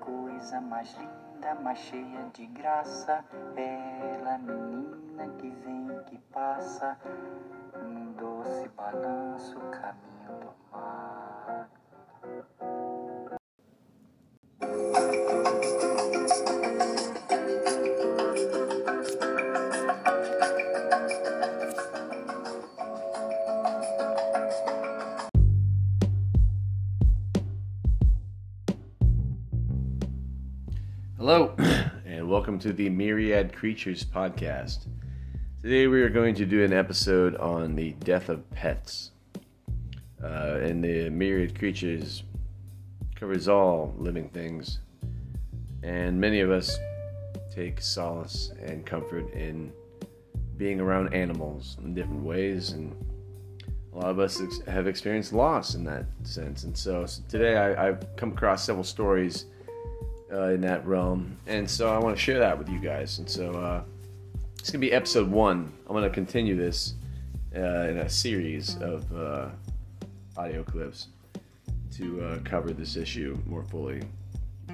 coisa mais linda, mais cheia de graça. Bela menina que vem e que passa, num doce balanço, caminho do mar. Hello, and welcome to the Myriad Creatures podcast. Today we are going to do an episode on the death of pets. Uh, and the Myriad Creatures covers all living things, and many of us take solace and comfort in being around animals in different ways, and a lot of us ex- have experienced loss in that sense. And so, so today I, I've come across several stories uh, in that realm. And so I want to share that with you guys. And so uh, it's going to be episode one. I'm going to continue this uh, in a series of uh, audio clips to uh, cover this issue more fully.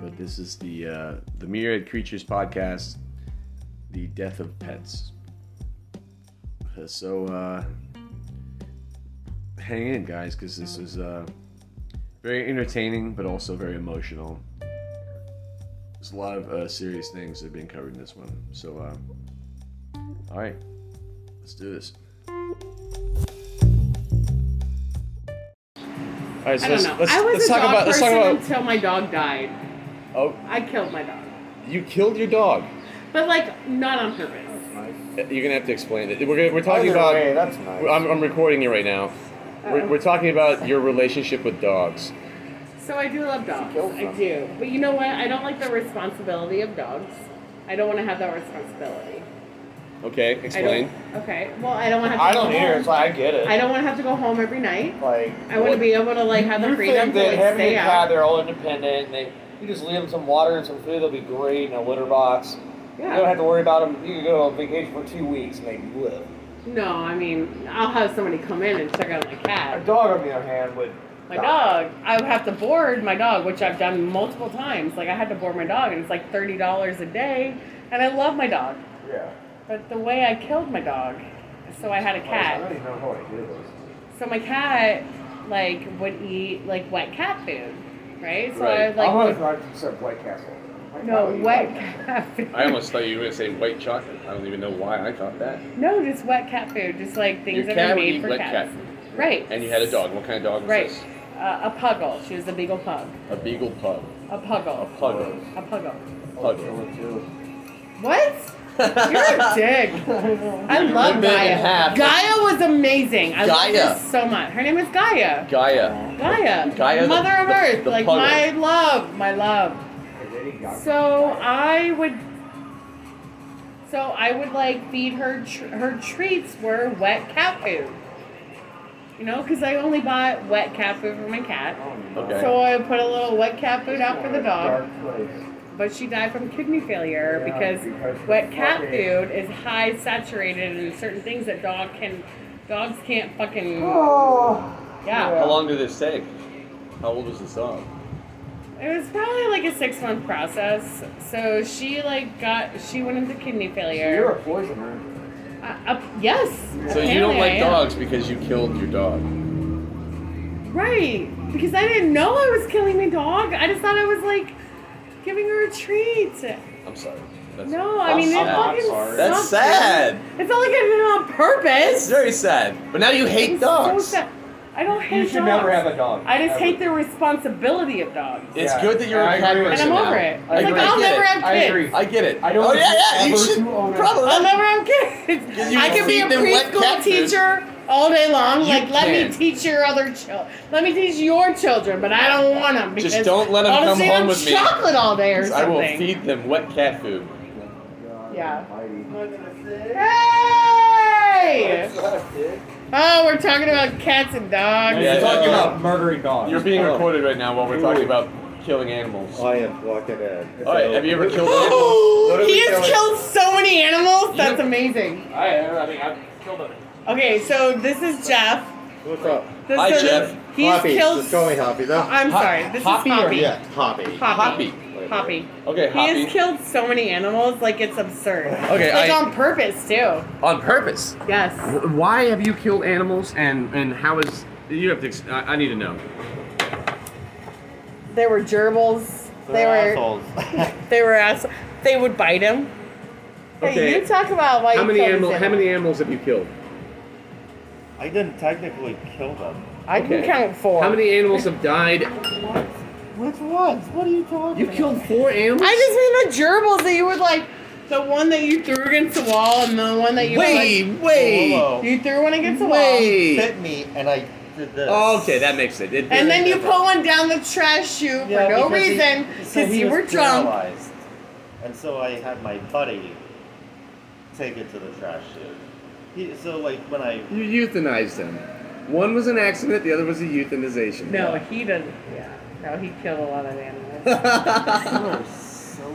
But this is the uh, the Myriad Creatures podcast, the death of pets. Uh, So uh, hang in, guys, because this is uh, very entertaining, but also very emotional. There's a lot of uh, serious things that have been covered in this one. So, uh, all right, let's do this. All right, so I don't let's, know. let's- I was let's a talk dog about let's person talk about until my dog died. oh I killed my dog, You killed your dog. but like not on purpose. You're gonna have to explain it. We're, gonna, we're talking Either about. way, Oh, that's nice. I'm, I'm recording it right now. We're, Uh-oh. we're talking about your relationship with dogs. So I do love dogs. killed I them. do, but you know what? I don't like the responsibility of dogs. I don't want to have that responsibility. Okay, explain. I don't. Okay. Well, I don't want to. Have to I go don't home. either. It's like I get it. I don't want to have to go home every night. like. I want to be able to like have the You freedom think to that like having stay a cat, out. they're all independent, and they you just leave them some water and some food, they'll be great in a litter box. You don't Yeah. have to worry about them. You can go on vacation for two weeks, and they live. No, I mean I'll have somebody come in and check out my A cat. dog, on the other hand, would. My dog. I would have to board my dog, which I've done multiple times. Like I had to board my dog, and it's like thirty dollars a day, and I love my dog. Yeah. But the way I killed my dog, so I had a I don't cat. even know how I do this. So my cat, like, would eat like wet cat food, right? So I Right. would, like I'm would- not accept White Castle. White no Castle, you wet like it. cat food. almost thought you were gonna say white chocolate. I don't even know why I thought that. No, just wet cat food, just like things Your that cat are would made eat for wet cat cats. food. Right. And you had a dog. What kind of dog was Right. this? Uh, a puggle. She was a beagle pug. A beagle pug. A puggle. Pug. A puggle. Pug. What? You're a dick. I love Rip it in Gaia. half. Gaia was amazing. I Gaia. love her so much. Her name is Gaia. Gaia. Gaia, Gaia, the- Mother of the- Earth, the like puddle. my love, my love. So I would, so I would like feed her. Tr- her treats were wet cat food. You know, because I only bought wet cat food for my cat. Okay. So I put a little wet cat food out for the dog, Dark place. but she died from kidney failure Yeah, because because wet it's cat fucking- food is high saturated in certain things that dog can, dogs can't fucking. Oh. yeah. How long did this take? How old was this dog? It was probably like a six month process. So she like got she went into kidney You're failure. a poisoner. Uh, uh, yes. So you apparently don't I like am. dogs because you killed your dog. right? Because I didn't know I was killing my dog. I just thought I was like giving her a treat. I'm sorry. That's No, I mean it I'm fucking sorry. That's sucks, sad. man. It's not like I did it on purpose. It's very sad. But now you hate It's so dogs. sad. I don't hate You should dogs. never have a dog. I just ever. hate the responsibility of dogs. It's Yeah. good that you're a I cat agree And with person I'm you. now. over it. I It's like agree. I I'll get never it. have kids. I agree. I get it. I don't oh think yeah, yeah. you You ever should do own a- probably. I'll never have kids. you I can be a feed them wet cat preschool food. teacher all day long. You like, let can. me teach your other children. Let me teach your children, but I don't want them because Just don't let 'em I'll come feed home them with me. chocolate all day or I something. will feed them wet cat food. Yeah. Almighty. Hey! What's up, dude? Oh, we're talking about cats and dogs. Yeah. You're talking about murdering dogs. You're being recorded right now while we're talking about killing animals. All I am walking in. right, have you ever killed an animal? Oh, What are he we has doing? killed so many animals. That's amazing. I, I mean, I've killed them. Okay, so this is Jeff. What's up? This Hi, is, Jeff. He's Hoppy. killed. Just call me Hoppy, though. I'm Ho- sorry. This Hoppy is or- Hoppy. yeah, Hoppy. Hoppy. Hoppy. Hoppy. Okay, He has Hoppy. killed so many animals, like it's absurd. Okay, I- like on purpose too. on purpose. Yes. Why have you killed animals, and and how is you have to? ex- I, I need to know. They were gerbils. They were. They were ass. They would bite him. Hey, Okay. you talk about why How you many killed animal? this How many animal. animals have you killed? I didn't technically kill them. I okay. can count four. How many animals have died? Which ones? What are you talking You killed four animals. I just mean the gerbils that you would like. The one that you threw against the wall, and the one that you would, Wait, wait, Whoa. like, you threw one against the wall, wait. Hit me and I did this. Oh, Okay, that makes it. It- and then you put one down the trash chute Yeah, for no because he- reason so he you was were drunk. paralyzed. And so I had my buddy take it to the trash chute. He, so like when I you euthanized them. One was an accident. The other was a euthanization. No, he doesn't. Yeah, no, he killed a lot of animals.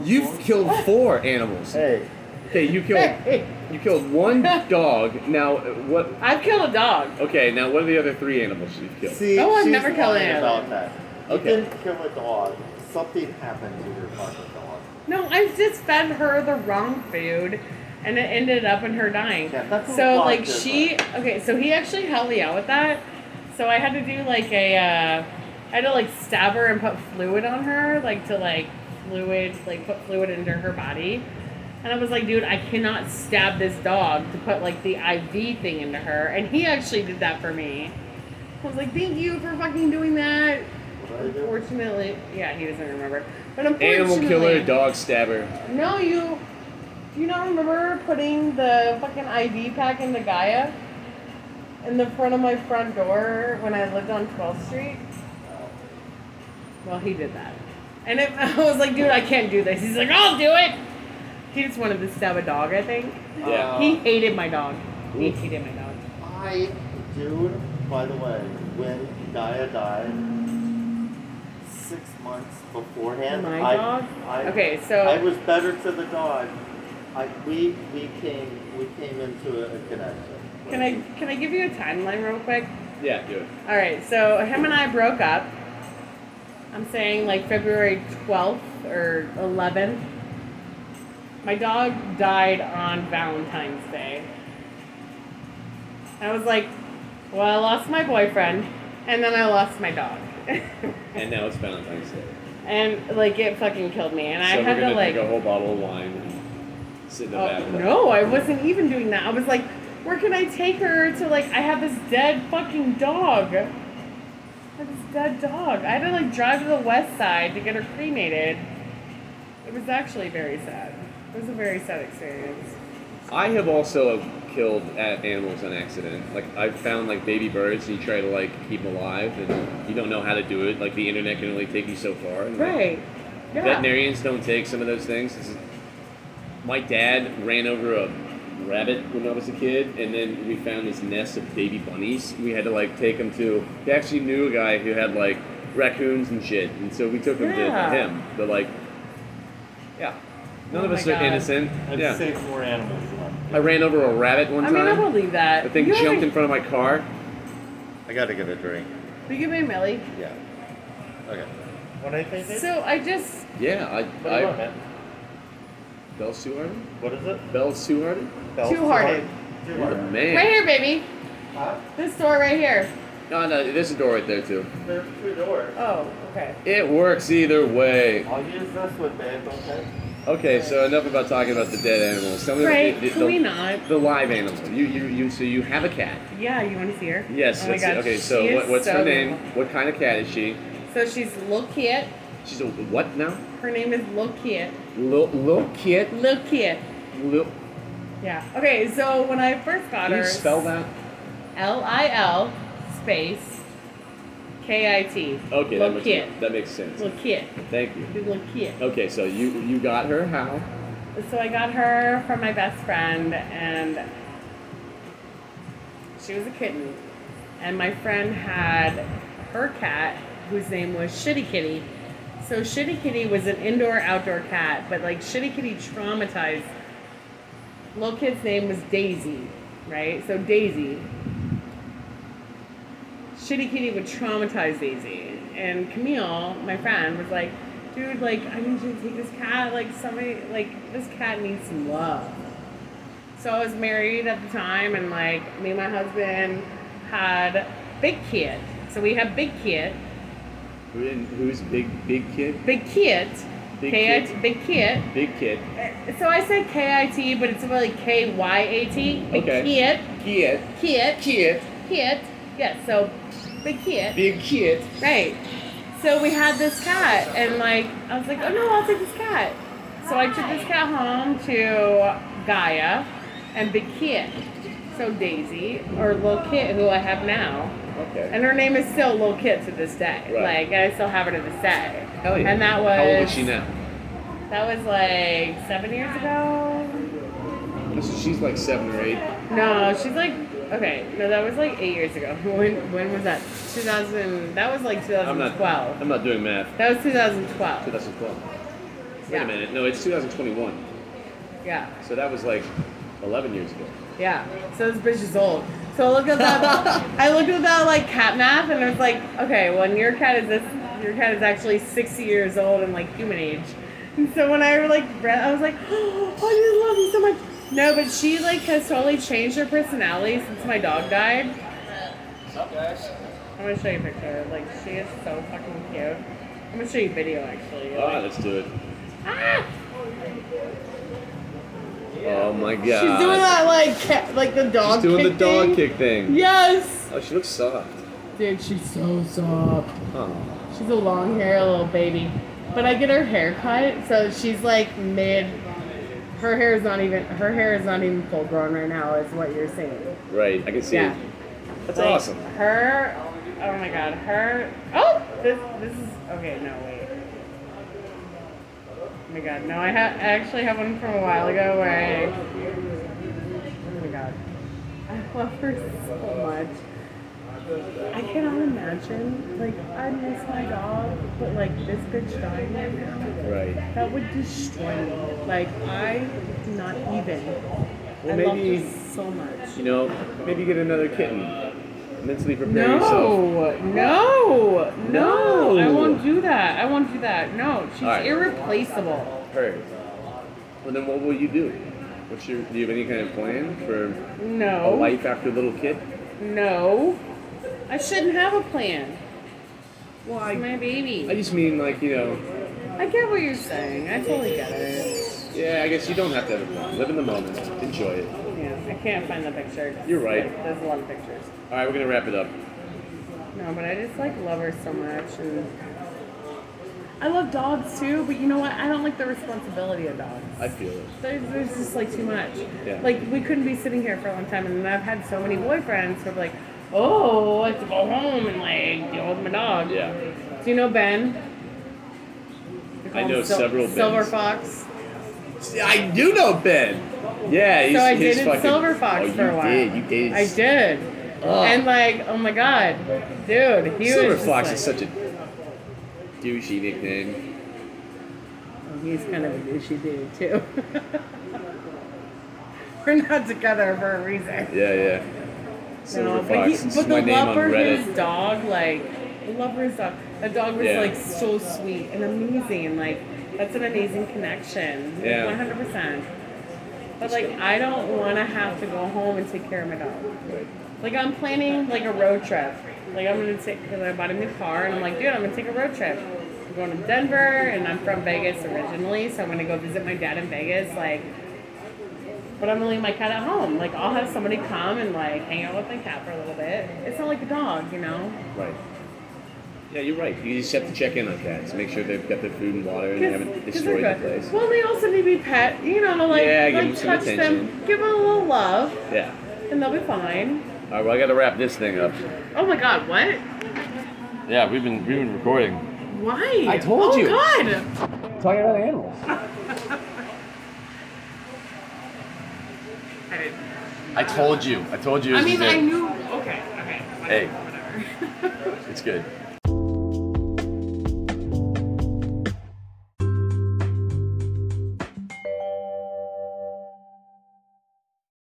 You've killed four animals. hey, Okay, you killed you killed one dog. Now uh, what? I've killed a dog. Okay, now what are the other three animals you've killed? see, No, I've she's never killed lying an about that. You Okay. didn't kill a dog. Something happened to your fucking dog. No, I just fed her the wrong food, and it ended up in her dying. Yeah, that's a so lot like she okay, so he actually helped me out with that. So I had to do like a, uh, I had to like stab her and put fluid on her, like to like fluid, like put fluid into her body. And I was like, dude, I cannot stab this dog to put like the IV thing into her. And he actually did that for me. I was like, thank you for fucking doing that. What did I do? Unfortunately, yeah, he doesn't remember. But unfortunately, Animal killer, dog stabber. no, you. Do you not remember putting the fucking IV pack in the Gaia? In the front of my front door when I lived on 12th Street? Well, he did that. And it, I was like, dude, I can't do this. He's like, I'll do it! He just wanted to stab a dog, I think. Yeah. he hated my dog. He hated my dog. I, dude, by the way, when Gaia died, six months beforehand, My I, dog? I, Okay, so. I was better to the dog. I, we, we came, we came into a, a connection. can I can I give you a timeline real quick? Yeah, do it. All right, so him and I broke up. I'm saying like February 12th or 11th. My dog died on Valentine's Day. I was like, well, I lost my boyfriend, and then I lost my dog. And now it's Valentine's Day. and like it fucking killed me, and so I we're had gonna to like. drink a whole bottle of wine and sit in the Oh, back. no, I wasn't even doing that. I was like, where can I take her to like I have this dead fucking dog. I have this dead dog. I had to like drive to the west side to get her cremated. It was actually very sad. It was a very sad experience. I have also killed at animals on accident. Like I've found like baby birds and you try to like keep them alive and you don't know how to do it. Like the internet can only take you so far. And, like, Yeah. Veterinarians don't take some of those things. This is- my dad ran over a rabbit when I was a kid, and then we found this nest of baby bunnies. We had to like take them to. He actually knew a guy who had like raccoons and shit, and so we took them Yeah. to him. But like, yeah, none Oh of my us God. are innocent. I've yeah, saved more animals than I- I ran over a rabbit one I mean, I time. believe that. The thing you jumped in haven't- front of my car. I gotta get a drink. Will you give me a Millie? Yeah. Okay. What did I think? So I just Yeah, I. What do you want, I man? Bell Sue Harden. What is it? Bell Sue Harden. Bells? Two-hearted. You're the Two-hearted. man. right here, baby. Huh? This door right here. No, no, there's a door right there too. There's two doors. Oh, okay. It works either way. I'll use this one, babe, okay? Okay, so enough about talking about the dead animals. Tell me about Right? the, the, Can we not? the live animals. You, you, you. So you have a cat. Yeah, you want to see her? Yes. Oh my that's it. God, Okay. So she is what, what's so her name? beautiful. What kind of cat is she? So she's Lil Kit. She's a what now? Her name is Lil Kit. Little little kit. Lil Kit. Lil. Yeah. Okay. So when I first got Can her, you spell that? L I L space K I T. Okay, that Lil makes Kit. that makes sense. Lil Kit. Thank you. Big Lil Kit. Okay, so you you got her how? So I got her from my best friend, and she was a kitten. And my friend had her cat, whose name was Shitty Kitty. So Shitty Kitty was an indoor-outdoor cat, but like Shitty Kitty traumatized. Little kid's name was Daisy, right? So Daisy. Shitty Kitty would traumatize Daisy. And Camille, my friend, was like, dude, like, I need you to take this cat. Like, somebody, like, this cat needs some love. So I was married at the time, and like, me and my husband had Big Kid. So we had Big Kid. Who didn't- Who's big big kid? Big Kid. Big K-I- Kid. Big Kit. Big kid. Uh, So I said K-I-T, but it's really K-Y-A-T. Big Okay. Kit. Kid. Kit. Kid. Kit. Yeah, so Big Kit. Big kid. Right. So we had this cat, and like I was like, oh no, I'll take this cat. So I took this cat home to Gaia and Big Kit. So Daisy, or Lil Kit, who I have now, Okay. and her name is still Lil Kit to this day. Right. Like I still have her to this day. Hell yeah. And that was How old is she now? That was like seven years ago. So she's like seven or eight. No, she's like okay. No, that was like eight years ago. When when was that? 2000. That was like I'm 2012. not. I'm not doing math. that was 2012. 2012. Wait Yeah. a minute. No, it's 2021. Yeah, So that was like 11 years ago. yeah. So this bitch is old. So I looked at that. I looked at that like cat math, and I was like, okay, well, your cat is this. Your cat is actually 60 years old and like human age. And so when I like read, I was like, oh, I love you so much. No, but she like has totally changed her personality since my dog died. What's up, guys? I'm gonna show you a picture. Like she is so fucking cute. I'm gonna show you video actually. All right, Like, let's do it. ah! Oh my god. She's doing that like cat, like the dog. She's doing kick the dog thing. kick thing. Yes. Oh, she looks soft. Dude, she's so soft. Oh. She's a long hair little baby. But I get her hair cut, so she's like mid her hair is not even her hair is not even full grown right now is what you're seeing. Right. I can see. Yeah. That's Like, awesome. Her oh my god, her oh this this is okay, no wait. Oh my god, no, I ha- I actually have one from a while ago where I Oh my god. I love her so much. I cannot imagine. Like, I miss my dog, but like this bitch dying right now. Right. That would destroy me. Like, I do not even. I Well, love maybe- this so You much. know, maybe get another kitten. Mentally prepare yourself. No, no, no! No. I won't do that. I won't do that. No, she's All right. irreplaceable. Her. Well, then what will you do? What's your? Do you have any kind of plan for a No, life after little kid? no. I shouldn't have a plan. Well, It's I, my baby. I just mean like you know. I get what you're saying. I totally get it. Yeah, I guess you don't have to have a plan. Live in the moment. Enjoy it. Yeah, I can't find the picture. 'cause, You're right. like, There's a lot of pictures. All right, we're gonna wrap it up. No, but I just like love her so much, and I love dogs too. But you know what? I don't like the responsibility of dogs. I feel it. There's, there's just like too much. Yeah. Like we couldn't be sitting here for a long time, and I've had so many boyfriends who are like, "Oh, I have to go home and like deal with my dog." Yeah. Do you know Ben? They call I him know several Silver Bens. Fox. I do know Ben. Yeah, he's, so I he's dated fucking, Silver Fox oh, for a you while. Did. You dated I did. Ugh. And like, oh my god, dude, he Silver was just Fox like, is such a douchey nickname. He's kind of a douchey dude too. We're not together for a reason. Yeah, yeah. Silver No, but, he, Fox. but it's the my name love on for Reddit. his dog, like, the love for his dog. The dog was Yeah. like so sweet and amazing, and like that's an amazing connection. Yeah. one hundred percent. But like, I don't want to have to go home and take care of my dog. Right. Like I'm planning like a road trip. Like I'm gonna take because I bought a new car and I'm like, dude, I'm gonna take a road trip. I'm going to Denver and I'm from Vegas originally, so I'm gonna go visit my dad in Vegas. Like, but I'm gonna leave my cat at home. Like I'll have somebody come and like hang out with my cat for a little bit. It's not like a dog, you know. Right. Yeah, you're right. You just have to check in on cats, make sure they've got their food and water and they haven't 'Cause- 'cause they're destroyed the good. place. Well, they also need to be pet. You know, like, Yeah, give like them some touch them, attention. give them a little love, Yeah. and they'll be fine. All right. Well, I got to wrap this thing up. Oh my God, what? Yeah, we've been we've been recording. Why? I told oh, you. God. Talking about animals. I didn't. I told you. I told you. I this mean, is it. I knew. Okay, okay. whatever, Hey. Whatever. It's good.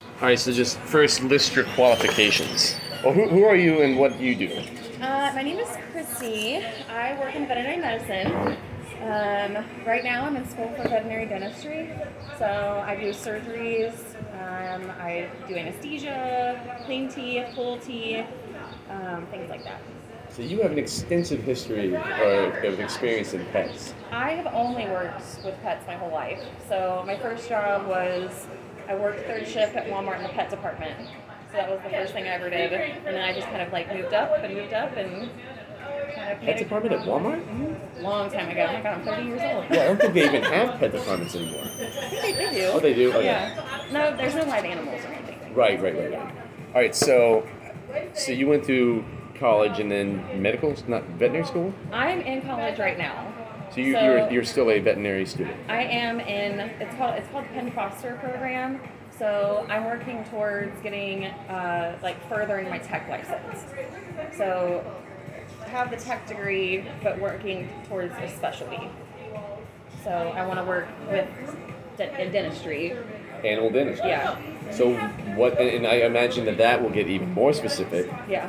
All right. So just first, list your qualifications. Well, who, who are you and what do you do? Uh, see. I work in veterinary medicine. Um, right now, I'm in school for veterinary dentistry. So I do surgeries. Um, I do anesthesia, clean teeth, full teeth, um, things like that. So you have an extensive history of, of experience in pets. I have only worked with pets my whole life. So my first job was I worked third shift at Walmart in the pet department. So that was the first thing I ever did. And then I just kind of like moved up and moved up and kind of Pet made department at Walmart? a long time ago. Oh my god, I'm 30 years old. Yeah, I don't think they even have pet departments anymore. I think they, do. Oh, they do? Okay. Yeah. No, there's no live animals or anything. Right, right, right, right. All right, so so you went through college and then medical, not veterinary school. I'm in college right now. So you So- you're, you're still a veterinary student. I am in it's called it's called Penn Foster program. So I'm working towards getting uh, like furthering my tech license. So have the tech degree, but working towards a specialty. So I want to work with de- in dentistry. Animal dentist. Yeah, So what? And I imagine that that will get even more specific. yeah.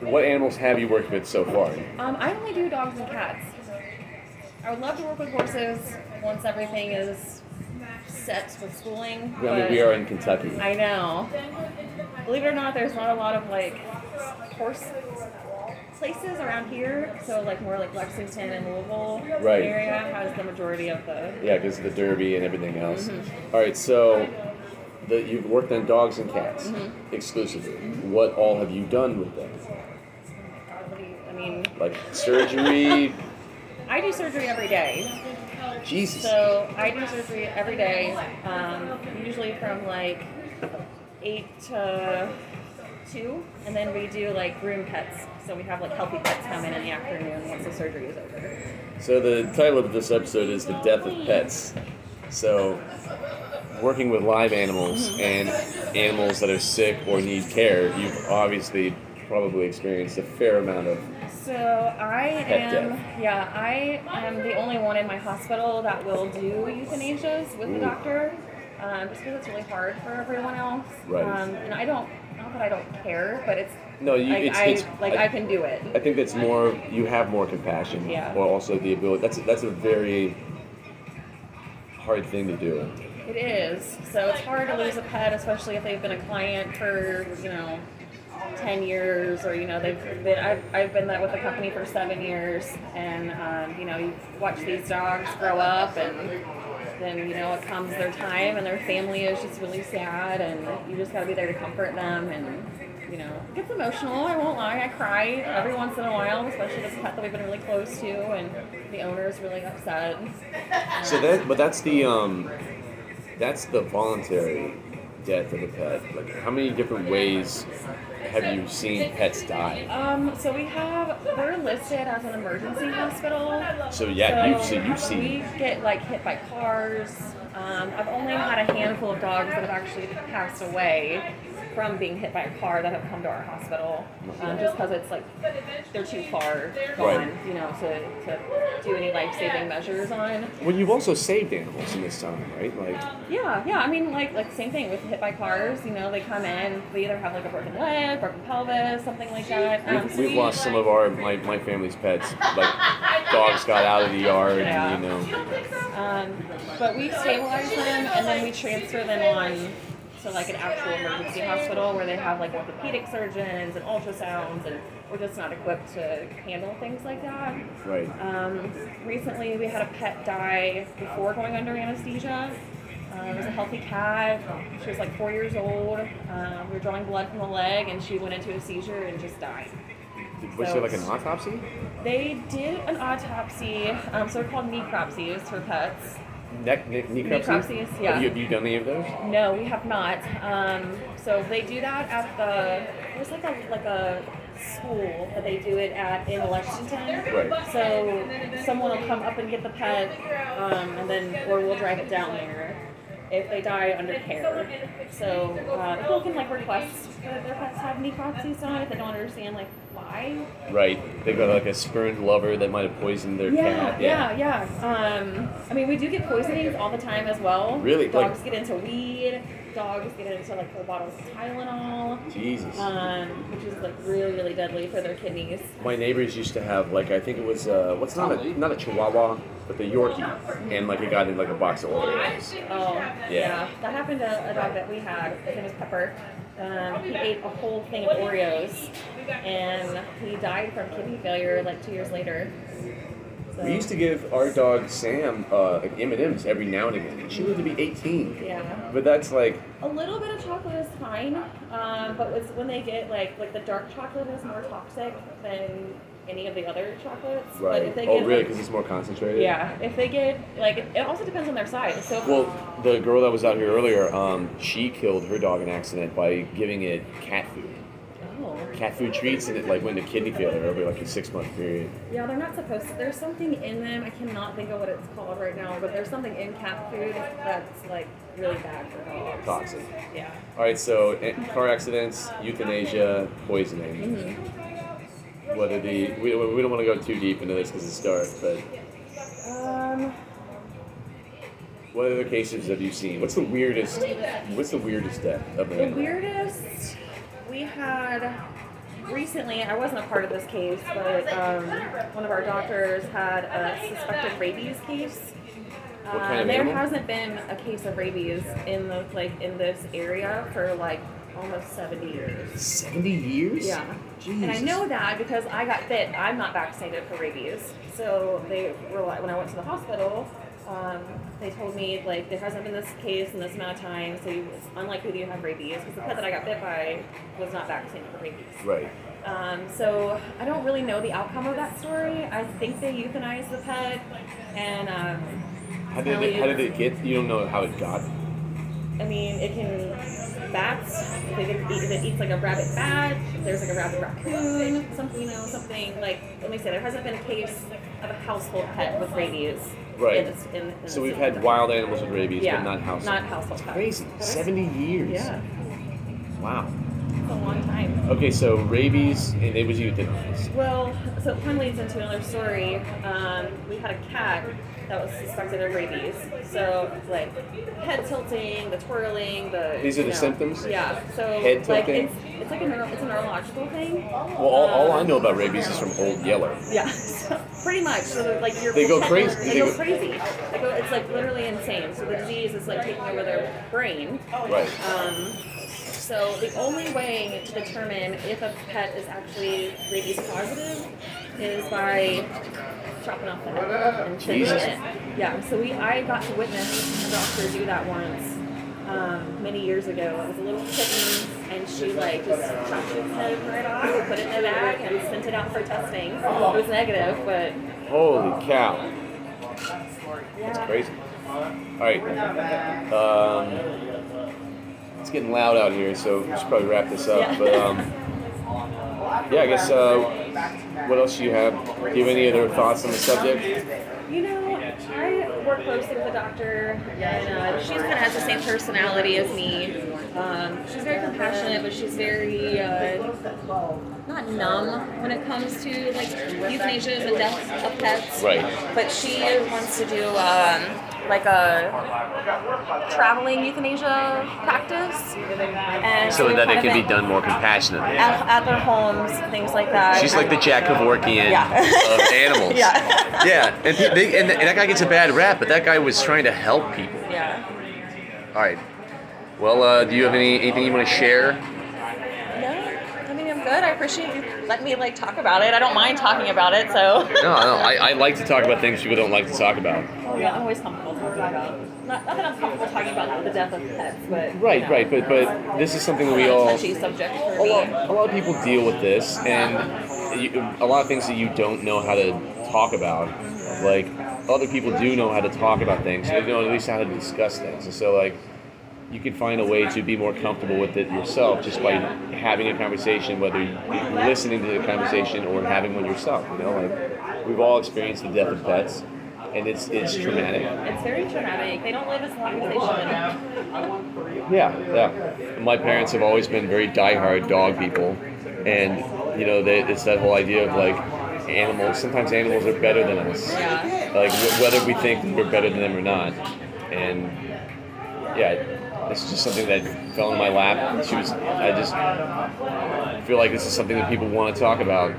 What animals have you worked with so far? Um, I only do dogs and cats. I would love to work with horses once everything is set with schooling. I mean, but- we are in Kentucky. I know. Believe it or not, there's not a lot of like horse places around here. So like more like Lexington and Louisville Right. area has the majority of the. Yeah, because of the Derby and everything else. Mm-hmm. All right, so the, you've worked on dogs and cats Mm-hmm. exclusively. What all have you done with them? what do you- I mean, Like surgery? I do surgery every day. Jesus. So I do surgery every day, um, usually from like eight to two, and then we do like groom pets. So we have like healthy pets come in in the afternoon once the surgery is over. So the title of this episode is "The Death of Pets." So, working with live animals and animals that are sick or need care, you've obviously probably experienced a fair amount of. So I Pet am, death. yeah, I am the only one in my hospital that will do euthanasias with the Ooh. doctor, um, just because it's really hard for everyone else. Right. Um, and I don't, not that I don't care, but it's No, you, like it's, I it's like I, can do it. I think that's more. You have more compassion, Yeah. or also the ability. That's that's a very hard thing to do. It is. So it's hard to lose a pet, especially if they've been a client for you know. 10 years or you know they've been I've, I've been that with the company for seven years and um, you know you watch these dogs grow up and then you know it comes their time and their family is just really sad and you just got to be there to comfort them and you know it gets emotional i won't lie i cry every once in a while especially this pet that we've been really close to and the owner is really upset So that, but that's the um, that's the voluntary death of a pet. Like, how many different ways have you seen pets die? um, so we have we're listed as an emergency hospital So yeah, So, you've seen, you've seen. We get like hit by cars. Um, I've only had a handful of dogs that have actually passed away from being hit by a car that have come to our hospital, um, just because it's like they're too far gone, Right. you know, to, to do any life saving measures on. Well, you've also saved animals in this time, right? Like, Yeah, yeah. I mean, like like same thing with hit by cars. You know, they come in, they either have like a broken leg, broken pelvis, something like that. Um, we've, so we've we- lost some of our my, my family's pets. Like, dogs got out of the yard, Yeah. and, you know. Um, but we stabilize them and then we transfer them on to like an actual emergency hospital where they have like orthopedic surgeons and ultrasounds and we're just not equipped to handle things like that. Right. Um, recently we had a pet die before going under anesthesia. Uh, it was a healthy cat. She was like four years old. Uh, we were drawing blood from the leg and she went into a seizure and just died. Was so there like an it's- autopsy? They did an autopsy, um, so they're called necropsies for pets. Neck, neck, necropsy? Necropsies, yeah. Have you, have you done any of those? No, we have not. Um, so they do that at the there's like a like a school that they do it at in Lexington. Right. So someone will come up and get the pet, um, and then or we'll drive it down there if they die under care. So uh, people can like request that their pets have necropsies on if they don't understand like why. Right. They got like a spurned lover that might have poisoned their Yeah, cat. yeah, yeah. Um, I mean, we do get poisonings all the time as well. Really? Dogs Like- get into weed. dog is getting into like a bottle of Tylenol, Jesus. um, which is like really really deadly for their kidneys. My neighbors used to have like I think it was uh, what's not a not a Chihuahua but the Yorkie, and like it got in like a box of Oreos. Oh, yeah. That happened to a dog that we had. His name was Pepper. Um, he ate a whole thing of Oreos, and he died from kidney failure like two years later. So, We used to give our dog Sam uh, like M and M's every now and again. She lived to be 18, yeah. but that's like A little bit of chocolate is fine, um, but it's when they get like like the dark chocolate is more toxic than any of the other chocolates. But right. if they oh get, really? like- Because it's more concentrated. yeah, if they get like it also depends on their size. So if- Well, the girl that was out here earlier, um, she killed her dog in an accident by giving it cat food, oh. cat food treats, and it like went into kidney failure over like a six month period. Yeah, they're not supposed to. There's something in them. I cannot think of what it's called right now, but there's something in cat food that's like really bad for dogs. Toxic. Yeah. All right, so eh, car accidents, euthanasia, poisoning. Mm-hmm. Whether the we, we don't want to go too deep into this because it's dark, but Um, what other cases have you seen? What's the weirdest? What's the weirdest death of an the animal? weirdest we had recently. I wasn't a part of this case, but um, one of our doctors had a suspected rabies case. What kind Uh, of there animal? hasn't been a case of rabies in the like in this area for like almost 70 years. Seventy years? Yeah. Jeez. And I know that because I got bit. I'm not vaccinated for rabies. So they were like, when I went to the hospital, um, they told me like there hasn't been this case in this amount of time, so you, it's unlikely that you have rabies because the pet that I got bit by was not vaccinated for rabies. Right. Um, so I don't really know the outcome of that story. I think they euthanized the pet, and um, How did it, how did it get? You don't know how it got. I mean it can bats. If it, can eat, if it eats like a rabbit bat, if there's like a rabbit raccoon, something you know, something like let me say there hasn't been a case of a household pet with rabies. Right. In this, in, in So this we've had area. wild animals with rabies, yeah, but not house. Not household pets. Crazy. Seventy years. Yeah, Wow. it's a long time. Okay, so rabies, and it was euthanized. Well, so it kind of leads into another story. Um, we had a cat that was suspected of rabies. So, like, head tilting, the twirling, the. These are the you know, symptoms? Yeah. So, Head like, tilting? It's, it's like a, neuro, it's a neurological thing. Well, all, all I know about rabies is from Old Yeller. Yeah. So, pretty much. So, they're, like, your They go head- crazy. They, They go, go- crazy. They go, it's, like, literally insane. So, the disease is, like, taking over their brain. Right. Um, so the only way to determine if a pet is actually rabies positive is by chopping off the head and trimming Jesus. it. Yeah. So we, I got to witness a doctor do that once um, many years ago. It was a little kitten, and she like just chopped its head right off, put it in a bag, and sent it out for testing. It was negative, but Holy cow. yeah. Crazy. All right. Um, it's getting loud out here, so we should probably wrap this up. Yeah. But um, yeah, I guess. Uh, what else do you have? Do you have any other thoughts on the subject? You know, I work closely with a doctor, and uh, she kind of has the same personality as me. Um, she's very compassionate, but she's very uh, not numb when it comes to like euthanasia and death of pets. Right. But she wants to do um, like a traveling euthanasia practice, and So we've that it kind of can be been done more compassionately. at, at their homes, things like that. She's like the Jack Kevorkian Yeah. of animals. yeah, Yeah, and, pe- they, and, and that guy gets a bad rap, but that guy was trying to help people. yeah. All right. Well, uh, do you have any anything you want to share? No, I mean I'm good. I appreciate you letting me like talk about it. I don't mind talking about it, so No, no. I, I like to talk about things people don't like to talk about. yeah, I'm always comfortable talking about. Not, not that I'm comfortable talking about the death of pets, but Right, you know, right, but but this is something that we it's a all. Oh, touchy subject for a me. lot, a lot of people deal with this, and you, a lot of things that you don't know how to talk about, like other people do know how to talk about things. They know at least how to discuss things, and so like you can find a way to be more comfortable with it yourself just by having a conversation, whether you're listening to the conversation or having one yourself. You know, like we've all experienced the death of pets, and it's it's traumatic. It's very traumatic. They don't live as long as they should. Yeah, yeah. My parents have always been very diehard dog people, and you know, they, it's that whole idea of like animals. Sometimes animals are better than us, Yeah. like wh- whether we think we're better than them or not. And yeah, This is just something that fell in my lap. and She was. I just feel like this is something that people want to talk about,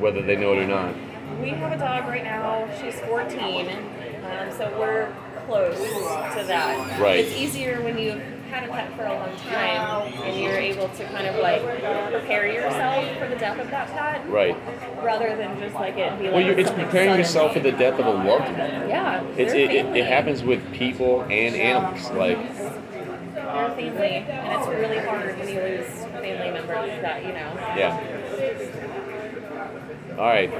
whether they know it or not. We have a dog right now. She's 14, um, so we're close to that. Right. It's easier when you've had a pet for a long time and you're able to kind of like prepare yourself for the death of that pet, Right. rather than just like it be like. Well, you're, it's something preparing sudden. yourself for the death of a loved one. Yeah. It's, they're it, it, family. it happens with people and animals. Like, They're family, and it's really hard when you lose family members that you know. yeah. All right.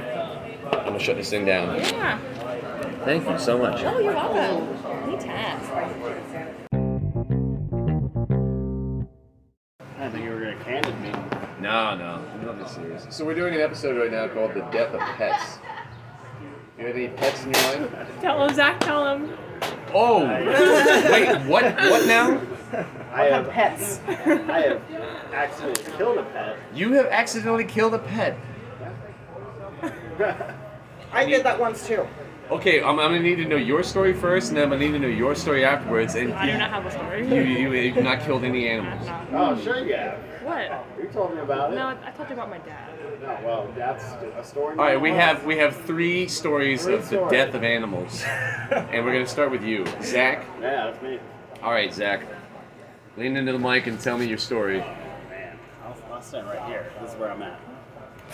I'm gonna shut this thing down. Yeah. Thank you so much. Oh, you're welcome. Anytime. I think you were going to candid me. No, no, I'm not being serious. So we're doing an episode right now called "The Death of Pets." You have any pets in your life? Tell him, Zach. Tell him. Oh, wait, what? What now? I have pets. I have accidentally killed a pet. You have accidentally killed a pet. I did that once too. Okay, I'm, I'm gonna need to know your story first, and then I'm gonna need to know your story afterwards. And I do not have a story. You, you, you've not killed any animals. Oh, sure you have. What? You told me about it. No, I talked about my dad. No, well, that's a story. All right, we have we have three stories Three of the stories. death of animals, and we're gonna start with you, Zach. Yeah, that's me. All right, Zach, lean into the mic and tell me your story. Man, I'll, I'll stand right here. This is where I'm at.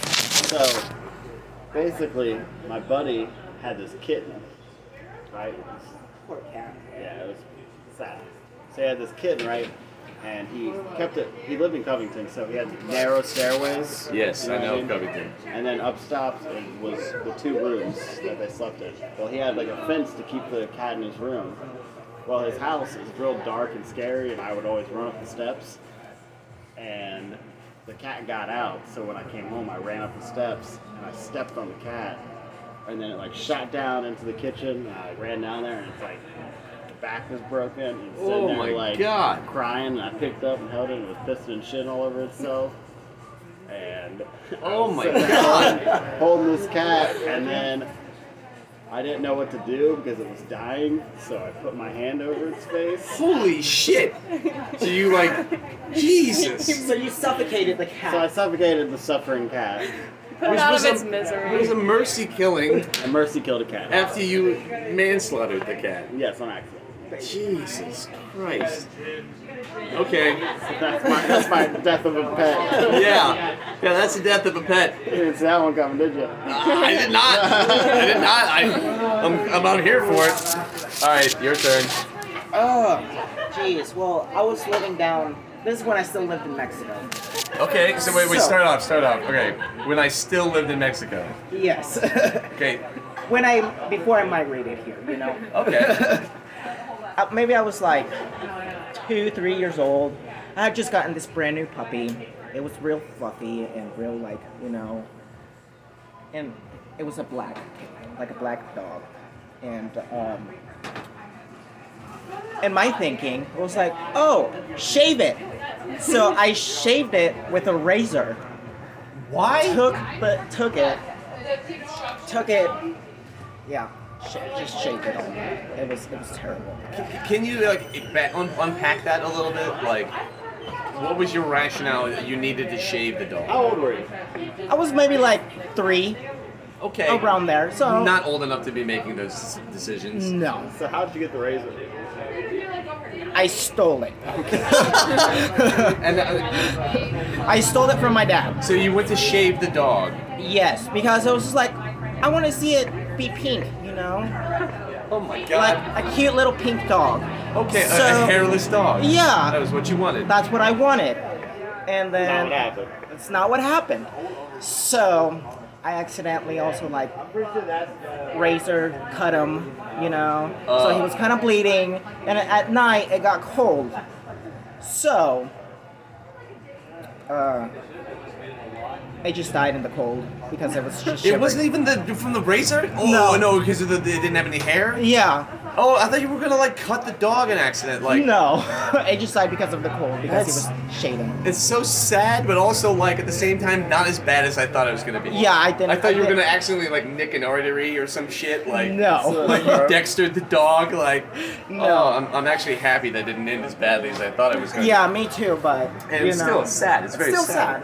So, basically, my buddy had this kitten, right? It was- Yeah, it was sad. So he had this kitten, right? And he kept it. He lived in Covington, so he had narrow stairways. Yes, you I what know Covington. And then up stops it was the two rooms that they slept in. Well, he had like a fence to keep the cat in his room. Well, his house is real dark and scary, and I would always run up the steps. And the cat got out, so when I came home, I ran up the steps and I stepped on the cat. And then it like shot down into the kitchen. And I ran down there, and it's like the back was broken. And it's sitting Oh there, my like, God. Crying, and I picked up and held it, and it was pissing and shit all over itself. And Oh my god! Holding this cat, and then I didn't know what to do because it was dying, so I put my hand over its face. Holy shit! So you like, Jesus. So you suffocated the So I suffocated the suffering cat. Put it out of its misery. It was a mercy killing And Mercy killed a cat. after you manslaughtered the cat. Yes, on accident. Jesus Christ. Okay. That's my, that's my death of a pet. Yeah. Yeah, that's the death of a pet. You didn't see that one coming, did you? Ah, I did not. I did not. I, I'm, I'm out here for it. All right, your turn. Oh, jeez. Well, I was living down. This is when I still lived in Mexico. Okay, so wait, wait, start off, start off. Okay, when I still lived in Mexico. Yes. Okay, when I before I migrated here, you know. okay. Uh, maybe I was like two, three years old. I had just gotten this brand new puppy. It was real fluffy and real like you know, and it was a black, like a black dog, and um, and my thinking was like, oh, shave it. So I shaved it with a razor. Why? Took the took it, took it, yeah, sh- just shaved it. All. It was it was terrible. Can you like ba- un- unpack that a little bit? Like, what was your rationale that you needed to shave the dog? How old were you? I was maybe like three, Okay. around there. So Not old enough to be making those decisions. no, So how did you get the razor? I stole it. And uh, I stole it from my dad. so you went to shave the dog. Yes, because I was just like, I want to see it be pink, you know, Oh my like god. a cute little pink dog. Okay, a- a, So- hairless dog. Yeah. That was what you wanted. That's what I wanted. And Not what then happened. it's not what happened. So I accidentally also like razor cut him, you know. so he was kind of bleeding, and at night it got cold. So uh, it just died in the cold because it was just. It shivering. wasn't even the from the razor. Oh No. no, because of the, they didn't have any hair. Yeah. Oh, I thought you were gonna like cut the dog in accident. Like no, it just died because of the cold because That's- it was shading. It's so sad, but also like at the same time not as bad as I thought it was gonna be. Yeah, I didn't- I thought you were I didn't- gonna accidentally like nick an artery or some shit. Like No. like you Dextered the dog. Like No. oh, I'm, I'm actually happy that didn't end as badly as I thought it was gonna. Yeah, me too, but And you it's know, still sad. It's very still sad. sad.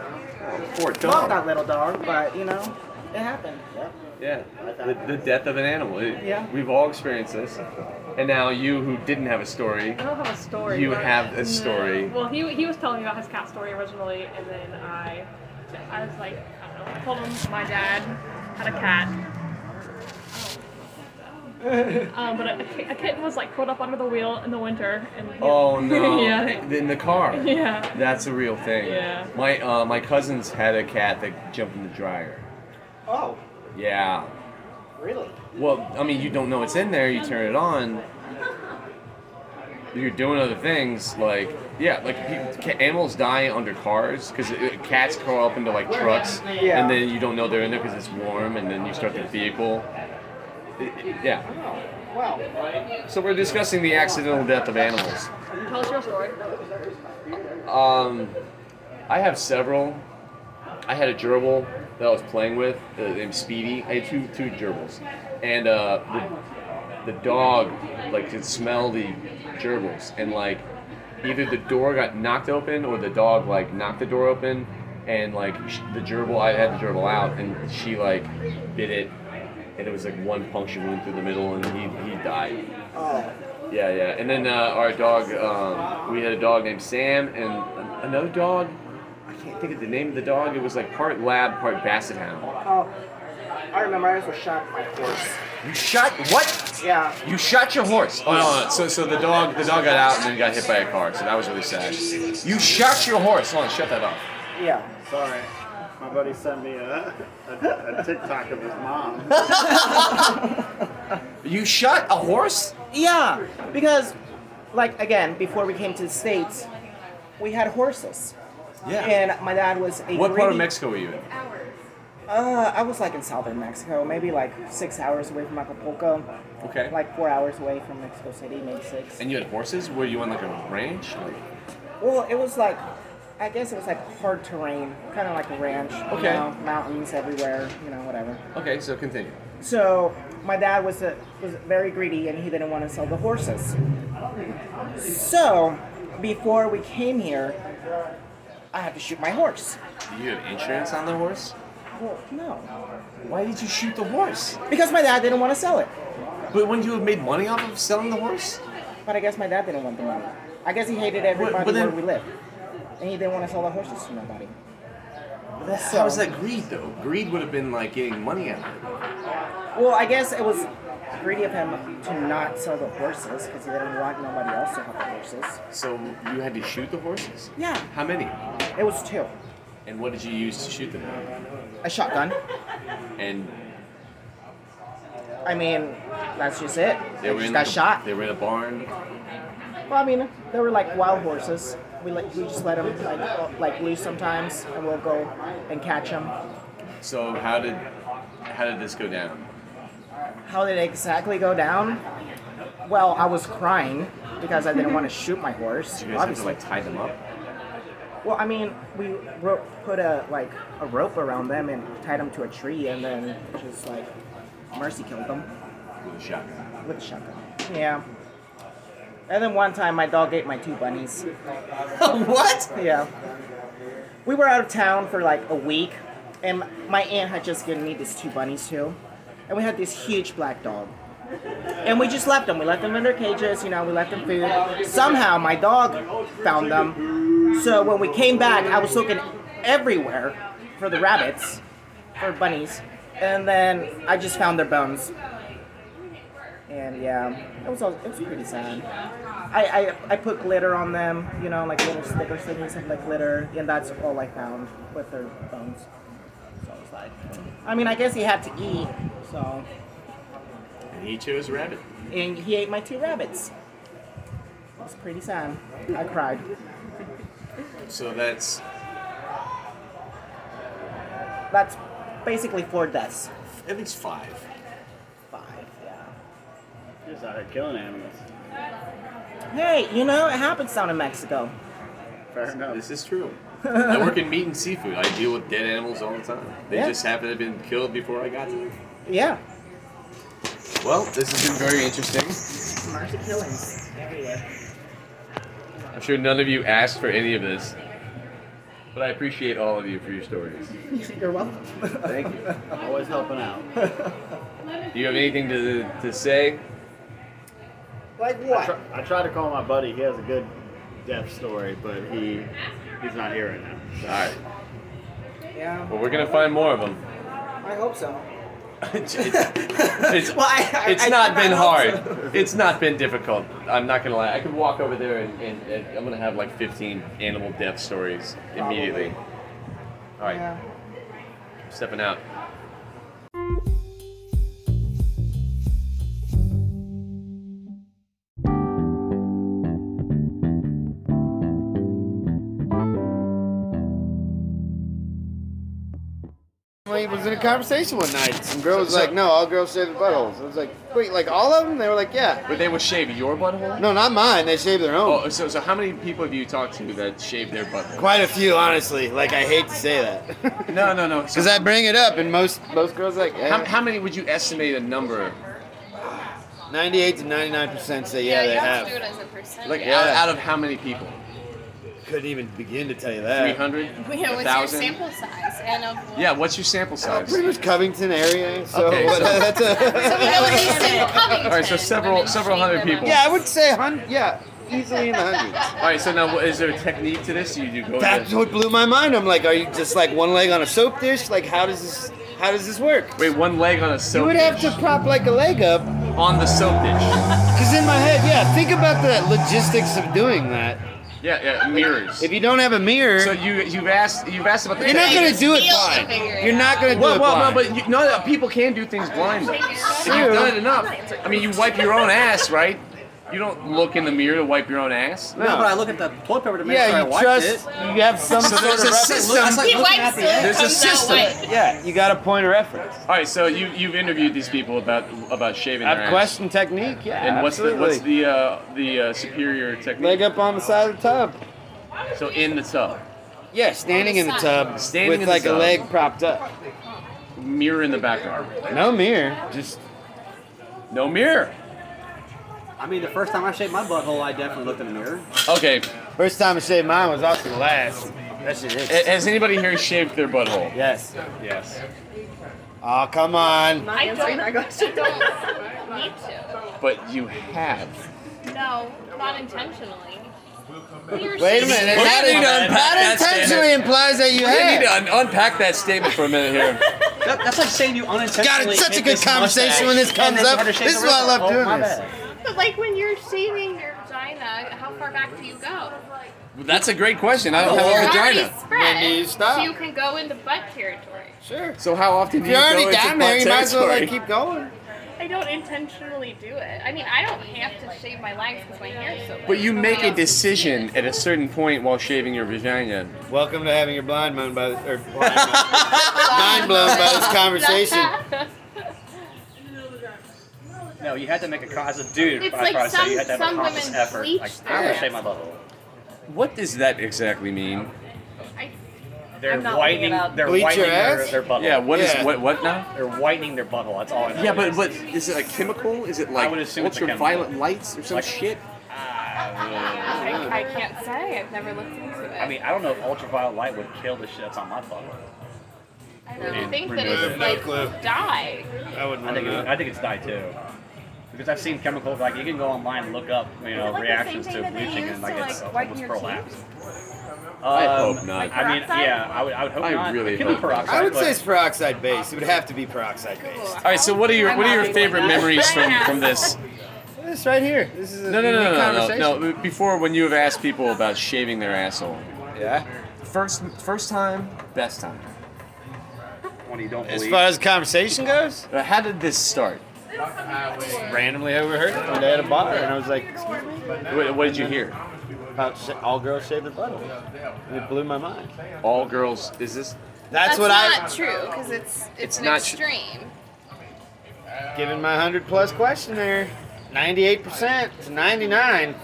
poor Love dog. that little dog, but you know, it happened. Yep. Yeah, the, the death of an animal. It- Yeah. We've all experienced this. And now you, who didn't have a story, I don't have a story. You but- have a story. Well, he, he was telling me about his cat story originally, and then I, I was like, I don't know, I told him my dad had a cat. Um, but a, a ki- a kitten was like put up under the wheel in the winter, and he- Oh no! yeah, they- In the car. Yeah. That's a real thing. Yeah. My uh, my cousins had a cat that jumped in the dryer. Oh, Yeah. really? Well, I mean, you don't know it's in there. You turn it on. You're doing other things like yeah, like pe- ca- animals die under cars because cats curl up into like trucks, Yeah. and then you don't know they're in there because it's warm, and then you start the vehicle. It- it- yeah. Wow. So we're discussing the accidental death of animals. Tell us your story. Um, I have several. I had a gerbil that I was playing with uh, named Speedy. I had two two gerbils, and uh, the, the dog like could smell the gerbils, and like either the door got knocked open or the dog like knocked the door open, and like sh- the gerbil. I had the gerbil out, and she like bit it, and it was like one puncture wound through the middle, and he he died. Oh. Yeah, yeah. And then uh, our dog, um, we had a dog named Sam and an- another dog. I can't think of the name of the dog. It was like part lab, part basset hound. Oh, I remember I also shot my horse. You shot what? Yeah. You shot your horse. Oh no, no. So, so the dog, the dog got out and then got hit by a car. So that was really sad. You shot your horse. Hold on, shut that off. Yeah. Sorry. My buddy sent me a, a, a TikTok of his mom. You shot a horse? Yeah, because, like, again, before we came to the States, we had horses. Yeah. And my dad was a. What part of greedy- Mexico were you in? Uh, I was like in southern Mexico, maybe like six hours away from Acapulco. Okay. Like four hours away from Mexico City, maybe six. And you had horses? Were you on like a ranch? Like, Well, it was like, I guess it was like hard terrain, kind of like a ranch. you Okay. know, mountains everywhere, you know, whatever. okay, so continue. So my dad was a, was very greedy, and he didn't want to sell the horses. So before we came here, I had to shoot my horse. Do you have insurance on the horse? Well, no, Why did you shoot the horse? because my dad didn't want to sell it. But wouldn't you have made money off of selling the horse? But I guess my dad didn't want the money. I guess he hated everybody but then- where we lived, and he didn't want to sell the horses to nobody. How is that greed though? Greed would have been like getting money out of it. Well, I guess it was greedy of him to not sell the horses because he didn't want nobody else to have the horses. So you had to shoot the horses? Yeah. How many? It was two. And what did you use to shoot them? A shotgun. And I mean, that's just it. they They were just in got like, a- shot. They were in a barn. Well, I mean, they were like wild horses. We like we just let them like uh, like loose sometimes, and we'll go and catch them. So how did how did this go down? How did it exactly go down? Well, I was crying because I didn't want to shoot my horse. Did you guys obviously. have to like tie them up? Well, I mean, we ro- put a like a rope around them and tied them to a tree, and then just like mercy killed them With a shotgun. with a shotgun. Yeah. And then one time, my dog ate my two bunnies. what? Yeah. We were out of town for like a week, and my aunt had just given me these two bunnies too, and we had this huge black dog. And we just left them. We left them in their cages, you know, we left them food. Somehow my dog found them. So when we came back, I was looking everywhere for the rabbits, for bunnies, and then I just found their bones. And yeah, it was all, it was pretty sad. I, I I put glitter on them, you know, like little stickers things of like glitter, and that's all I found with their bones. So I was like, I mean, I guess he had to eat, so And he chose rabbit. and he ate my two rabbits. It was pretty sad. I cried. So that's That's basically four deaths. at least five. Five, yeah. Just out here killing animals. Hey, you know, it happens down in Mexico. Fair enough. This is true. I work in meat and seafood. I deal with dead animals all the time. They Yeah. just happen to have been killed before I got to them. Yeah. Well, this has been very interesting. Marcy killings everywhere. I'm sure none of you asked for any of this, but I appreciate all of you for your stories. You're welcome. Thank you. Always helping out. Do you have anything to, to say? Like what? I try, I try to call my buddy. He has a good death story, but he he's not here right now. All right. Yeah. Well, we're gonna find more of them. I hope so. it's it's, Well, I- I- it's I- not I been hard. hope It's not been difficult. I'm not gonna lie. I could walk over there and, and, and I'm gonna have like 15 animal death stories immediately. All right, Yeah. I'm stepping out. I was in a conversation one night. Some girl was So- like, "No, all girls shave their buttholes." I was like, "Wait, like all of them?" They were like, "Yeah." But they would shave your butthole? No, not mine. They shave their own. Oh, so, so how many people have you talked to that shave their butthole? Quite a few, honestly. Like I hate to say that. no, no, no. Because I bring it up, and most most girls are like. How, how many would you estimate a number? Ninety-eight to ninety-nine percent say yeah, they have. do it as a percent. Like Yeah. out, out of how many people? Couldn't even begin to tell you that. 300? Yeah, what's your 1,000? sample size? And of what? Yeah, what's your sample size? Pretty much Covington area. So Okay, so- that's a. So we know at least in All Covington. right, so several several hundred people. Yeah, I would say hundred. Yeah, easily in the hundreds. All right, so now what- is there a technique to this? You do go. That's what blew my mind. I'm like, are you just like one leg on a soap dish? Like, how does this? How does this work? Wait, one leg on a soap. You would have to prop like a leg up on the soap dish. Because in my head, yeah, think about the logistics of doing that. Yeah, yeah, mirrors. If you don't have a mirror, So you you've asked you've asked about the. You're not gonna do it blind. You're not gonna do well, it well, blind. no, but you, no, no, people can do things blindly. If you've done it enough, I mean, you wipe your own ass, right? You don't look in the mirror to wipe your own ass. No, but I look at the toilet paper to make yeah, sure I you wipe trust. it. You have some So sort there's of a reference. system. That's like He wipes looking at the it, end. There's a comes out system. white. Yeah, you got a point of reference. All right, so you you've interviewed these people about about shaving their I've ass. questioned technique. Yeah, And what's the what's absolutely. the uh, the uh, superior technique? leg up on the side of the tub? So in the tub, Yeah, standing in the tub Standing with in the like tub. a leg propped up. mirror in the background. No mirror, just no mirror. I mean, the first time I shaved my butthole, I definitely looked in the mirror. Okay. First time I shaved mine was also the last. That shit is. A- Has anybody here shaved their butthole? Yes. Yes. Oh come on. I don't, I don't need to. But you have. No, not intentionally. Wait a minute. That, We're gonna need to that unpack that intentionally statement. implies that you We're gonna have. need to un- unpack that statement for a minute here. That, that's like saying you unintentionally. God, it's such a hit good this conversation mustache, when this and comes then you up. had to shave This the is why I rest love of it. doing my this. bad. But like when you're shaving your vagina, how far back do you go? That's a great question. I don't You're have a already vagina. spread, When do you stop? so you can go into butt territory. Sure. So how often If do you you're already go down into there, you might as well like territory? keep going. I don't intentionally do it. I mean, I don't have to shave my legs because my hair's so big. But you make a decision at a certain point while shaving your vagina. Welcome to having your blind mind by the, or mind blown by this conversation. No, you had to make a con- as a dude. It's I like probably say some- you had to have a some conscious women effort. bleach Like, their I'm gonna shave my butthole. What does that exactly mean? They're I'm not whitening. looking it up. They're Bleach your whitening their, ass? their butthole. Yeah, what is- Yeah. what- what now? They're whitening their butthole. That's all. I know Yeah, it but is. but is it a chemical? Is it like would assume it's a ultraviolet chemical. lights or some Like- shit? I, I can't say. I've never looked into it. I mean, I don't know if ultraviolet light would kill the shit that's on my butthole. I don't think that it's like dye. I would. I think, it, I think it's dye too. Because I've seen chemicals like you can go online and look up, you know, Is it like the same reactions thing to that they bleaching use and like to, it's like, whiten almost your prolapsed. I Um, hope not. I mean, yeah, I would, I would hope not. it could be peroxide. I would but say it's peroxide based. It would have to be peroxide based. All right. So what are your what are your favorite memories from from this? This right here. This is a No, no, no, unique no, no, conversation. no, no. Before when you have asked people about shaving their asshole. Yeah. First, first time, best time. when you don't As bleed. far as conversation goes, Uh, how did this start? randomly overheard it one day at a bar, and I was like, "Excuse me." What, what did you hear? About sh- all girls shave their buttholes. And it blew my mind. All girls. Is this? That's, what not I. true because it's it's, It's an not tr- extreme. Given my hundred plus question there. Ninety-eight percent to ninety-nine.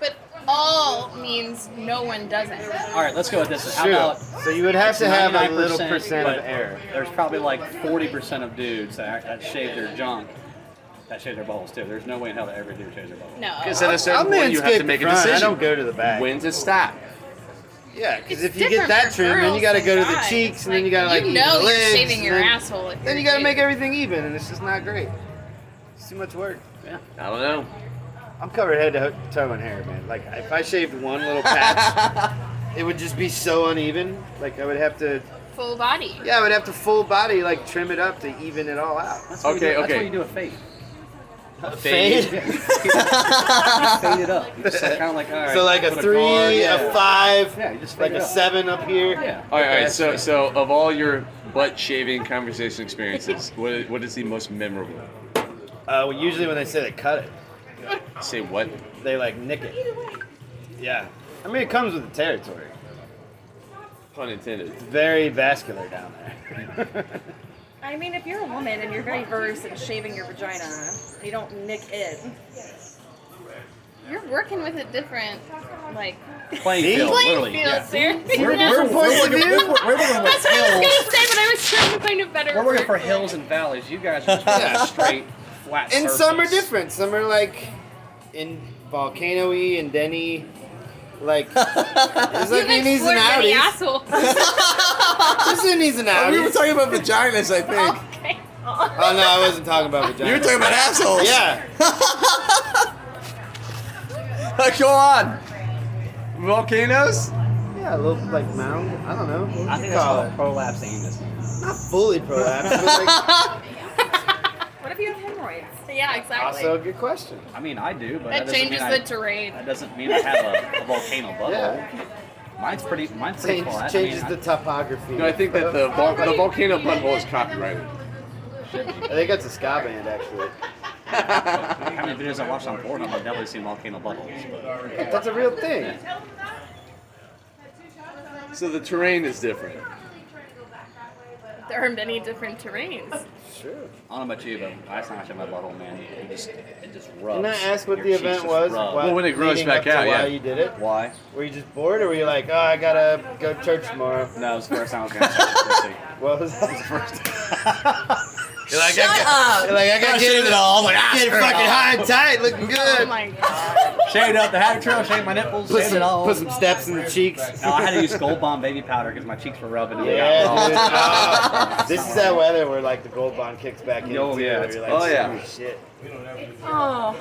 But all means no one doesn't. All right, let's go with this. How Shoot. about So you would have to have a little 99%, percent of but error. There's probably like 40% of dudes that, that shave their junk, that shave their balls too. There's no way in hell that every dude shaves their balls. No. Because at a certain I'm point, you have manscaped to make the a front. decision. I don't go to the back. When to stop? Yeah, because It's if you get different that for trim, then you girls got to than go to the guys. cheeks, and then you got to like you even the know you're legs, shaving and your then, asshole. If Then you're you got a to dude. make everything even, and it's just not great. It's too much work. Yeah. I don't know. I'm covered head to ho- toe in hair, man. Like if I shaved one little patch, it would just be so uneven. Like I would have to, full body. yeah, I would have to full body like trim it up to even it all out. That's what you do, That's why you do a fade. A fade? fade it up. You just like, kind of like, all right. so like a put three, guard, a yeah. five, Yeah, you just like fade a it up. seven up here. Yeah. All right, all right. So, so of all your butt shaving conversation experiences, what what is the most memorable? Uh, well, usually when they say they cut it, Say what? they like nick it. Yeah, I mean it comes with the territory. Pun intended. It's very vascular down there. I mean, if you're a woman and you're very versed in shaving your vagina, you don't nick it. You're working with a different, like, Playing playing field, literally. field, yeah. seriously. We're- Yeah. we're- we're looking- we're- we're looking at That's what I was hills. gonna say, but I was trying to find a better. We're working word for hills and valleys. You guys are just working Yeah. straight, flat and some are surface. different. Some are like in volcanoey and Denny. Like it's like You've innies and explored many outies. assholes. Just innies and Oh, outies. we were talking about vaginas, I think. Oh no, I wasn't talking about vaginas. You were talking about assholes. Yeah. Go on. Volcanoes? Yeah, a little like mound. I don't know. What I would think you that's call called it? prolapse anus. Not fully prolapse, but like What if you have hemorrhoids? yeah, exactly. also a good question. I mean, I do, but that doesn't changes mean the I, terrain. That doesn't mean I have a, a volcano bubble. Yeah. Mine's pretty. Mine's Oh, pretty Changes, flat. changes I the mean, topography. No, I think that the vol- the volcano butthole is copyrighted. I think that's a ska band actually. I, how many videos I watched on Pornhub? I've definitely seen volcano bubbles. Look, That's a real thing. So the terrain is different. There are many different terrains. Sure. I don't know about you, but I smashed in my butthole, man. It just, it just rubs. Can I ask what Your the cheeks event just was? rub. Why- Well, when it grows leading back up to out, why yeah. you did it? Why? Were you just bored, or were you like, oh, I gotta go to church tomorrow? No, it's the first time I was gonna say pussy. What was that? the first You're like, Shut up. You're like, I got shaved it all. I'm like, ah, Get screw it fucking all. high and tight, looking Oh good. my god. Shaved up the hack trail, shaved my nipples, Put shaved it some, all. put some steps in the cheeks. No, I had to use Gold Bomb baby powder because my cheeks were rubbing. And they got Yeah, raw. dude. Oh, this is that weather where like the gold bond kicks back in. Oh, too, yeah. where you're like, Oh, yeah. "Holy Shit. Oh,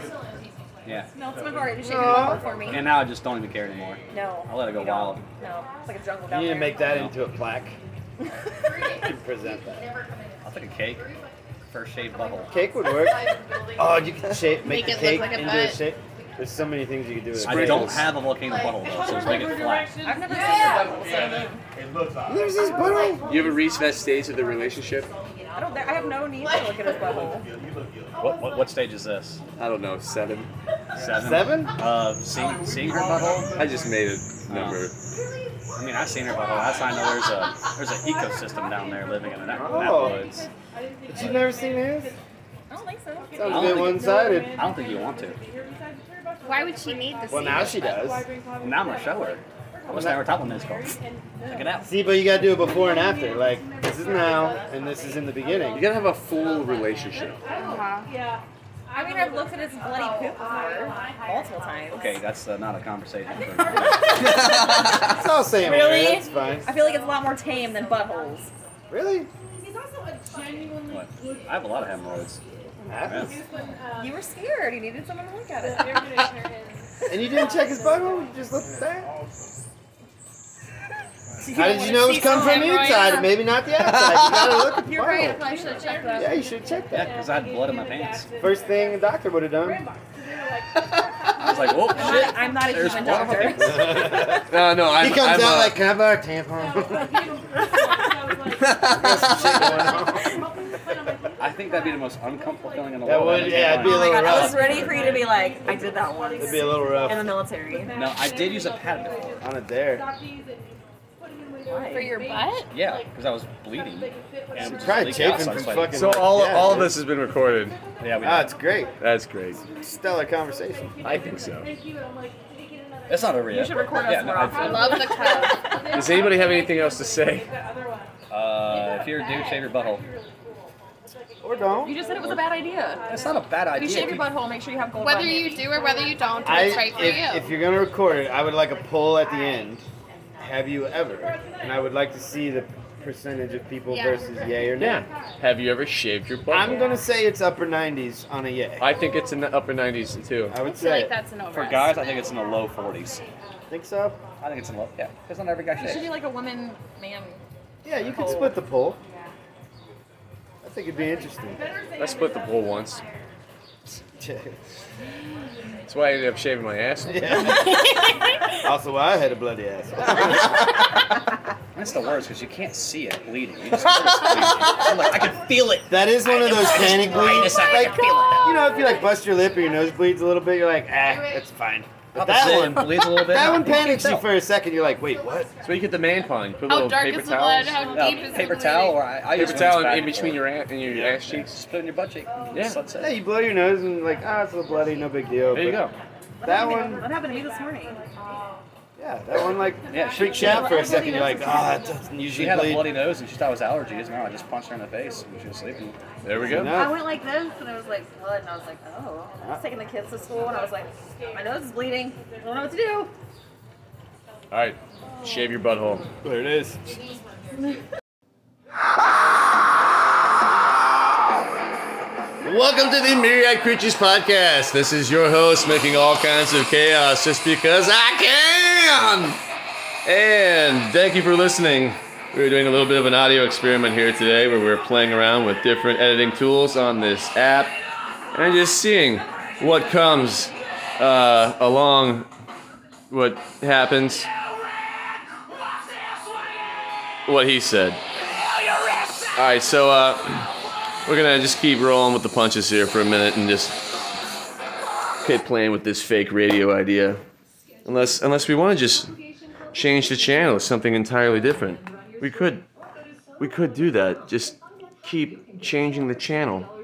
Yeah. melts my heart. You shake your bubble for me. And now I just don't even care anymore. No. I let it go you don't. wild. No, it's like a jungle You down need to there. make that into a plaque. and present that. I'll take a cake. First shaved bubble. Cake would work. Oh, you could shape, make, Make the it look cake like a into a butt. shape. There's so many things you could do. With I don't have a volcano butthole though, so just make it flat. I've never seen a bubble. So I, mean, There's this butthole. You ever reached that stage of the relationship? I don't. I have no need to look at his bubble. What, what, what stage is this? I don't know, seven. Seven. Seven? Uh, seeing, seeing her butthole. I just made a number. I mean, I've seen her butthole. That's how I know there's a there's an ecosystem down there living in the nat- Oh. woods. But you've never seen his? I don't think so. I Sounds don't a bit think- one-sided. I don't think you want to. Why would she need to Well, see now it? she does. Now I'm gonna show her. I'm gonna her top on this call. Check it out. See, but you gotta do a before and after. Like this is now, and this is in the You beginning. gotta have a full relationship. I mean, I've looked at his bloody poop before multiple times. Okay, that's uh, not a conversation. It's all saying Really? That's fine. I feel like it's a lot more tame than buttholes. Really? What? I have a lot of hemorrhoids. Happens. Uh, You were scared. You needed someone to look at it. And you didn't check his butthole? You just looked at that? How did you know it's come from the inside? and Maybe not the outside. You gotta look at the You're right. I butthole. probably should have checked Yeah, that. you should check Yeah, that. because I had blood in my pants. First thing the doctor would have done. I was like, oh shit. I'm not a There's human one of doctor. No, no, I'm, He comes I'm out uh, like, can I borrow a tampon? I think that'd be the most uncomfortable feeling in the That world. would- yeah, it'd be a Oh my little god, I was rough. ready for you to be like, I did that once It'd be a little in the rough military. No, I did use a pad before. on a dare. For your butt? Yeah, because I was bleeding. And Probably chafing from fucking- So all Yeah, all of dude. this has been recorded. Yeah, we Ah, it's great. That's great. Stellar conversation. I think so. That's not over yet. You should record us Yeah, more no, I- often. I love the cup. Does anybody have anything else to say? Uh, if you're a dude, shave your butthole. Or don't. You just said it was a bad idea. That's not a bad If idea. you shave your butthole, make sure you have gold. Whether buttons. you do or whether you don't, I, it's right for you. if, if you're gonna record it, I would like a poll at the end. Have you ever? And I would like to see the percentage of people Yeah. versus yay or nay. Yeah. Have you ever shaved your butt? I'm gonna say it's upper 90s on a yay. I think it's in the upper 90s too. I would I feel say like it. that's an For overestimate. guys, I think it's in the low 40s. Think so? I think it's in low. Yeah, because not every guy You should shaves. do like a woman, man. Yeah, you could split the poll. I think it'd be interesting. I split the pole once. That's why I ended up shaving my ass. also, why I had a bloody ass. That's the worst because you can't see it bleeding. You just heard it's bleeding. I'm like, I can feel it. That is one of those panic bleeds. I Like, you know, if you like bust your lip or your nose bleeds a little bit, you're like, ah, that's fine. But Pop the zit that and one bleeds a little bit. That one You can't panics you tell. for a second. You're like, wait, what? So you get the man pond. You put How little dark paper is the blood? towels. How No, deep is paper the towel, bleeding? or I, I use paper one that's towel back in and between forth. your ass and your Yeah, ass yeah. cheeks. Just put it in your butt cheek. Yeah. Yeah, Sunset. you blow your nose and like, ah, it's a little bloody, no big deal. There you But go. That one, What happened to me this morning? yeah, that one like Yeah, she- freaks she you had out a for a bloody second. You're nose. like, ah, it doesn't She usually had a bleed. bloody nose and she thought it was allergies. No, I just punched her in the face when she was sleeping. There we go. No. I went like this, and there was like blood, and I was like, oh. I was taking the kids to school, and I was like, my nose is bleeding. I don't know what to do. All right, shave your butthole. There it is. Welcome to the Myriad Creatures Podcast. This is your host making all kinds of chaos just because I can. And thank you for listening. We're doing a little bit of an audio experiment here today where we're playing around with different editing tools on this app and just seeing what comes uh, along, what happens, what he said. All right, so uh, we're gonna just keep rolling with the punches here for a minute and just keep playing with this fake radio idea. Unless, unless we want to just change the channel to something entirely different, we could, we could do that. Just keep changing the channel